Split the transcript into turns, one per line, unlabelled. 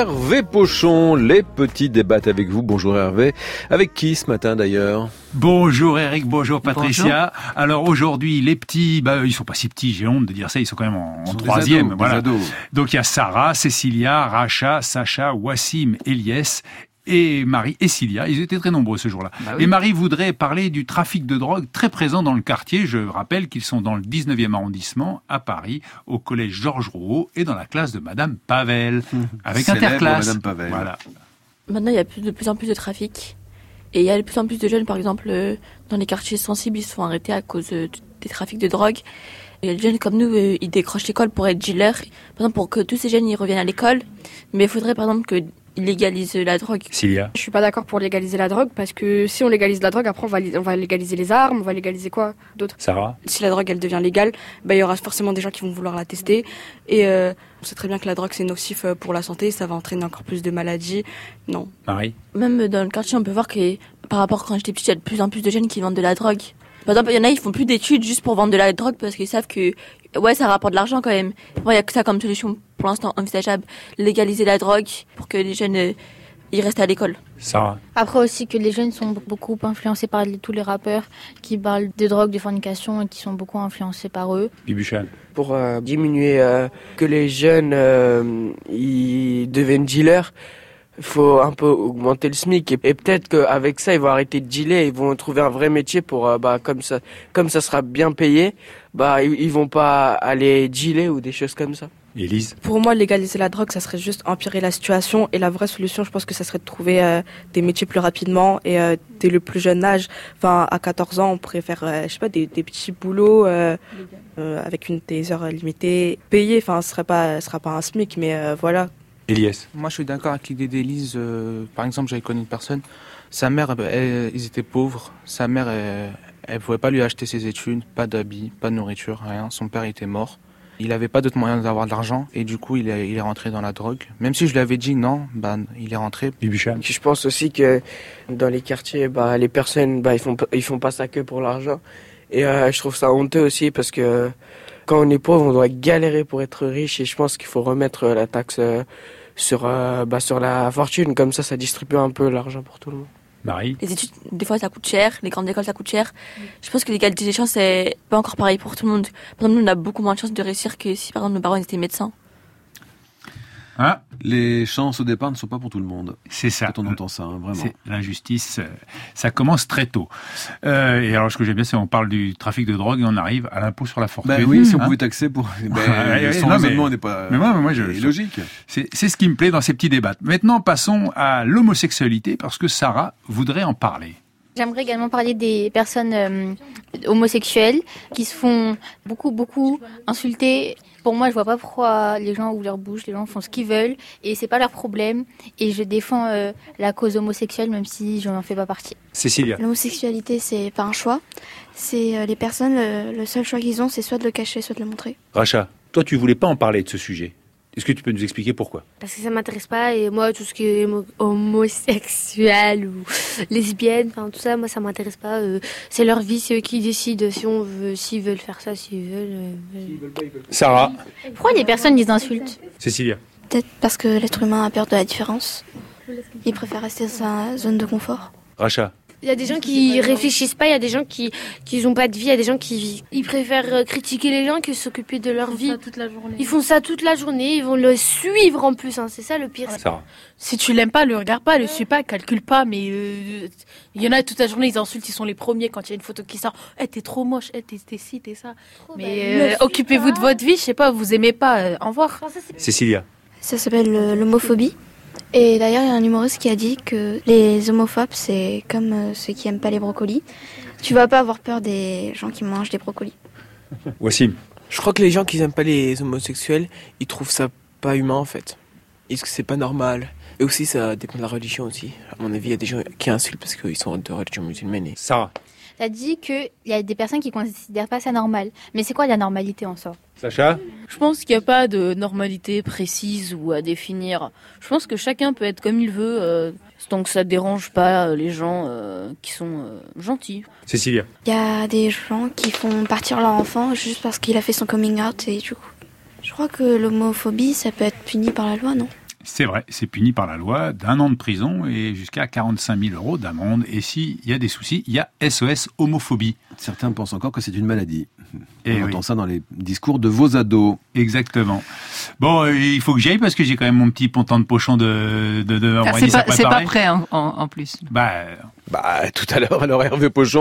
Hervé Pochon, les petits débattent avec vous. Bonjour Hervé. Avec qui ce matin d'ailleurs
Bonjour Eric, bonjour Patricia. Alors aujourd'hui, les petits, bah, ils sont pas si petits, j'ai honte de dire ça, ils sont quand même en, en
sont des
troisième.
ados, des
voilà.
ados.
Donc il y a Sarah, Cécilia, Racha, Sacha, Wassim, Eliès et Marie et Cilia. Ils étaient très nombreux ce jour-là.
Bah oui.
Et Marie voudrait parler du trafic de drogue très présent dans le quartier. Je rappelle qu'ils sont dans le 19e arrondissement à Paris, au collège Georges Rouault et dans la classe de Madame Pavel, avec
Célèbre
Interclasse.
Madame Pavel.
Voilà.
Maintenant, il y a plus- de plus en plus de trafic. Et il y a de plus en plus de jeunes, par exemple, euh, dans les quartiers sensibles, ils se font arrêter à cause euh, du- des trafics de drogue. Et les jeunes comme nous, euh, ils décrochent l'école pour être dealer. Par exemple, pour que tous ces jeunes, ils reviennent à l'école. Mais il faudrait, par exemple, qu'ils légalisent la drogue.
Cilia.
Je suis pas d'accord pour légaliser la drogue parce que si on légalise la drogue, après on va, li- on va légaliser les armes, on va légaliser quoi d'autre
Sarah.
si la drogue elle devient légale, bah, il y aura forcément des gens qui vont vouloir la tester. Et euh, on sait très bien que la drogue c'est nocif euh, pour la santé, ça va entraîner encore plus de maladies. Non.
Marie.
Même dans le quartier, on peut voir que par rapport à quand j'étais petite, il y a de plus en plus de jeunes qui vendent de la drogue. Par exemple, il y en a, ils font plus d'études juste pour vendre de la drogue parce qu'ils savent que, ouais, ça rapporte de l'argent quand même. Bon, il y a que ça comme solution pour l'instant envisageable. Légaliser la drogue pour que les jeunes, euh, ils restent à l'école.
Sarah.
Après aussi que les jeunes sont beaucoup influencés par les- tous les rappeurs qui parlent de drogue, de fornication et qui sont beaucoup influencés par eux.
Bibuchal.
pour euh, diminuer euh, que les jeunes euh, ils deviennent dealers. Faut un peu augmenter le SMIC et, et peut-être qu'avec ça ils vont arrêter de dealer, et ils vont trouver un vrai métier pour euh, bah comme ça comme ça sera bien payé, bah ils, ils vont pas aller dealer ou des choses comme ça.
Élise.
Pour moi, légaliser la drogue, ça serait juste empirer la situation. Et la vraie solution, je pense que ça serait de trouver euh, des métiers plus rapidement et euh, dès le plus jeune âge. Enfin, à 14 ans, on pourrait faire, euh, je sais pas, des, des petits boulots euh, euh, avec une des heures euh, limitées, payées. Enfin, ce serait pas, ce sera pas un SMIC, mais euh, voilà.
Eliès.
Moi, je suis d'accord avec l'idée d'Élise. euh, par exemple, j'avais connu une personne. Sa mère, elle- elle- ils étaient pauvres. Sa mère, elle, elle pouvait pas lui acheter ses études, pas d'habits, pas de nourriture, rien. Son père était mort. Il n'avait pas d'autre moyen d'avoir de l'argent et du coup, il est, il est rentré dans la drogue. Même si je lui avais dit non, ben, il est rentré.
Bibuchal.
Je pense aussi que dans les quartiers, bah, les personnes, bah, ils font, pas- ils font pas ça que pour l'argent. Et euh, je trouve ça honteux aussi parce que quand on est pauvre, on doit galérer pour être riche. Et je pense qu'il faut remettre euh, la taxe euh, sur, euh, bah, sur la fortune. Comme ça, ça distribue un peu l'argent pour tout le monde.
Marie.
Les études, des fois, ça coûte cher. Les grandes écoles, ça coûte cher. Je pense que l'égalité des chances, c'est pas encore pareil pour tout le monde. Par exemple, nous, on a beaucoup moins de chances de réussir que si, par exemple, nos parents ils étaient médecins.
Hein
Les chances au départ ne sont pas pour tout le monde.
C'est ça.
Ah,
Quand
euh,
on entend ça, hein, vraiment.
C'est l'injustice, euh, ça commence très tôt. Euh, et alors, ce que j'aime bien, c'est qu'on parle du trafic de drogue et on arrive à l'impôt sur la fortune.
Ben oui, si on
Hein
pouvait taxer pour.
Ouais,
Ben,
ouais,
son
non,
raisonnement
mais-
n'est pas.
mais moi- moi, je-
est logique.
c'est, c'est ce qui me plaît dans ces petits débats. Maintenant, passons à l'homosexualité parce que Sarah voudrait en parler.
J'aimerais également parler des personnes euh, homosexuelles qui se font beaucoup, beaucoup insulter. Pour moi, je vois pas pourquoi les gens ouvrent leur bouche, les gens font ce qu'ils veulent et c'est pas leur problème. Et je défends euh, la cause homosexuelle même si je n'en fais pas partie.
Cécilia.
L'homosexualité, c'est pas un choix. C'est euh, les personnes, le, le seul choix qu'ils ont, c'est soit de le cacher, soit de le montrer.
Racha, toi, tu voulais pas en parler de ce sujet. Est-ce que tu peux nous expliquer pourquoi
Parce que ça m'intéresse pas et moi tout ce qui est homo- homosexuel ou lesbienne, enfin tout ça, moi ça m'intéresse pas. euh, c'est leur vie, c'est eux qui décident si on veut, s'ils veulent faire ça, s'ils veulent. euh,
Sarah.
Pourquoi les personnes les insultent
Cécilia.
Peut-être parce que l'être humain a peur de la différence. Il préfère rester dans sa zone de confort.
Racha.
Il y a des gens qui réfléchissent pas, il y a des gens qui qui ont pas de vie, il y a des gens qui vivent. Ils préfèrent euh, critiquer les gens que s'occuper de leur vie. Ils font ça toute la journée, ils vont le suivre en plus, hein, c'est ça le pire.
Sarah.
Si tu l'aimes pas, le regarde pas, le suis pas, calcule pas, mais euh, il y en a toute la journée, ils insultent, ils sont les premiers quand il y a une photo qui sort. Eh, t'es trop moche, eh, t'es t'es ci, t'es ça. Mais euh, occupez-vous de votre vie, je sais pas, vous aimez pas, euh, au revoir.
Cécilia.
Ça s'appelle euh, l'homophobie. Et d'ailleurs, il y a un humoriste qui a dit que les homophobes, c'est comme euh, ceux qui aiment pas les brocolis. Tu vas pas avoir peur des gens qui mangent des brocolis.
Wassim.
Je crois que les gens qui n'aiment pas les homosexuels, ils trouvent ça pas humain en fait. Est-ce que c'est pas normal Et aussi, ça dépend de la religion aussi. À mon avis, il y a des gens qui insultent parce qu'ils sont de religion musulmane.
Sarah.
T'as dit qu'il y a des personnes qui considèrent pas ça normal. Mais c'est quoi la normalité en soi
Sacha.
Je pense qu'il n'y a pas de normalité précise ou à définir. Je pense que chacun peut être comme il veut, euh, tant que ça dérange pas euh, les gens euh, qui sont euh, gentils.
Cécilia.
Il y a des gens qui font partir leur enfant juste parce qu'il a fait son coming out et du coup. Je crois que l'homophobie, ça peut être puni par la loi, non
C'est vrai, c'est puni par la loi d'un an de prison et jusqu'à 45 000 euros d'amende. Et s'il y a des soucis, il y a SOS homophobie.
Certains pensent encore que c'est une maladie.
Et
Eh
On
oui.
entend ça dans les discours de vos ados.
Exactement. Bon, euh, il faut que j'aille parce que j'ai quand même mon petit pontant de pochon de, de, de
Car
Wendy's
Ah, C'est
à
pas, c'est pas
préparer.
prêt hein, en- en plus.
Bah,
bah, tout à l'heure, alors Hervé Pochon